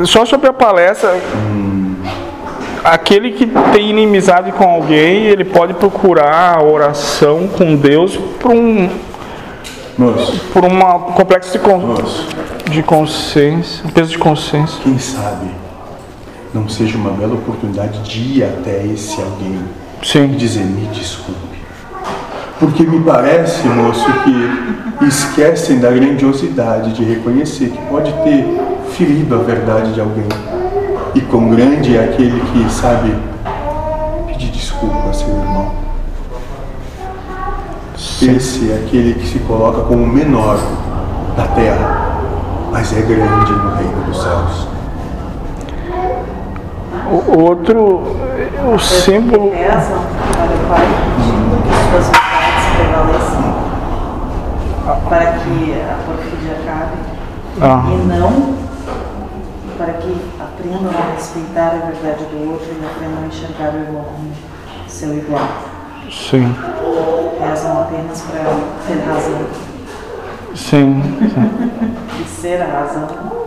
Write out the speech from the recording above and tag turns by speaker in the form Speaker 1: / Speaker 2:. Speaker 1: E só sobre a palestra, aquele que tem inimizade com alguém, ele pode procurar a oração com Deus por um
Speaker 2: Moço,
Speaker 1: por uma- um complexo de, con
Speaker 2: moço,
Speaker 1: de consciência, um peso de consciência.
Speaker 2: quem sabe não seja uma bela oportunidade de ir até esse alguém e
Speaker 1: Sim.
Speaker 2: dizer me desculpe. Porque me parece, moço, que esquecem da grandiosidade de reconhecer que pode ter ferido a verdade de alguém. E quão grande é aquele que sabe pedir desculpa a seu irmão. Esse é aquele que se coloca como o menor da terra, mas é grande no reino dos céus.
Speaker 1: O outro, o símbolo.
Speaker 3: Rezam para o Pai pedindo que suas vontades prevaleçam para que a porfídia acabe
Speaker 1: Ah,
Speaker 3: e não para que aprendam a respeitar a verdade do outro e aprendam a enxergar o irmão como seu igual.
Speaker 1: sim.
Speaker 3: Rezam apenas para ter razão
Speaker 1: Sim.
Speaker 3: e ser a razão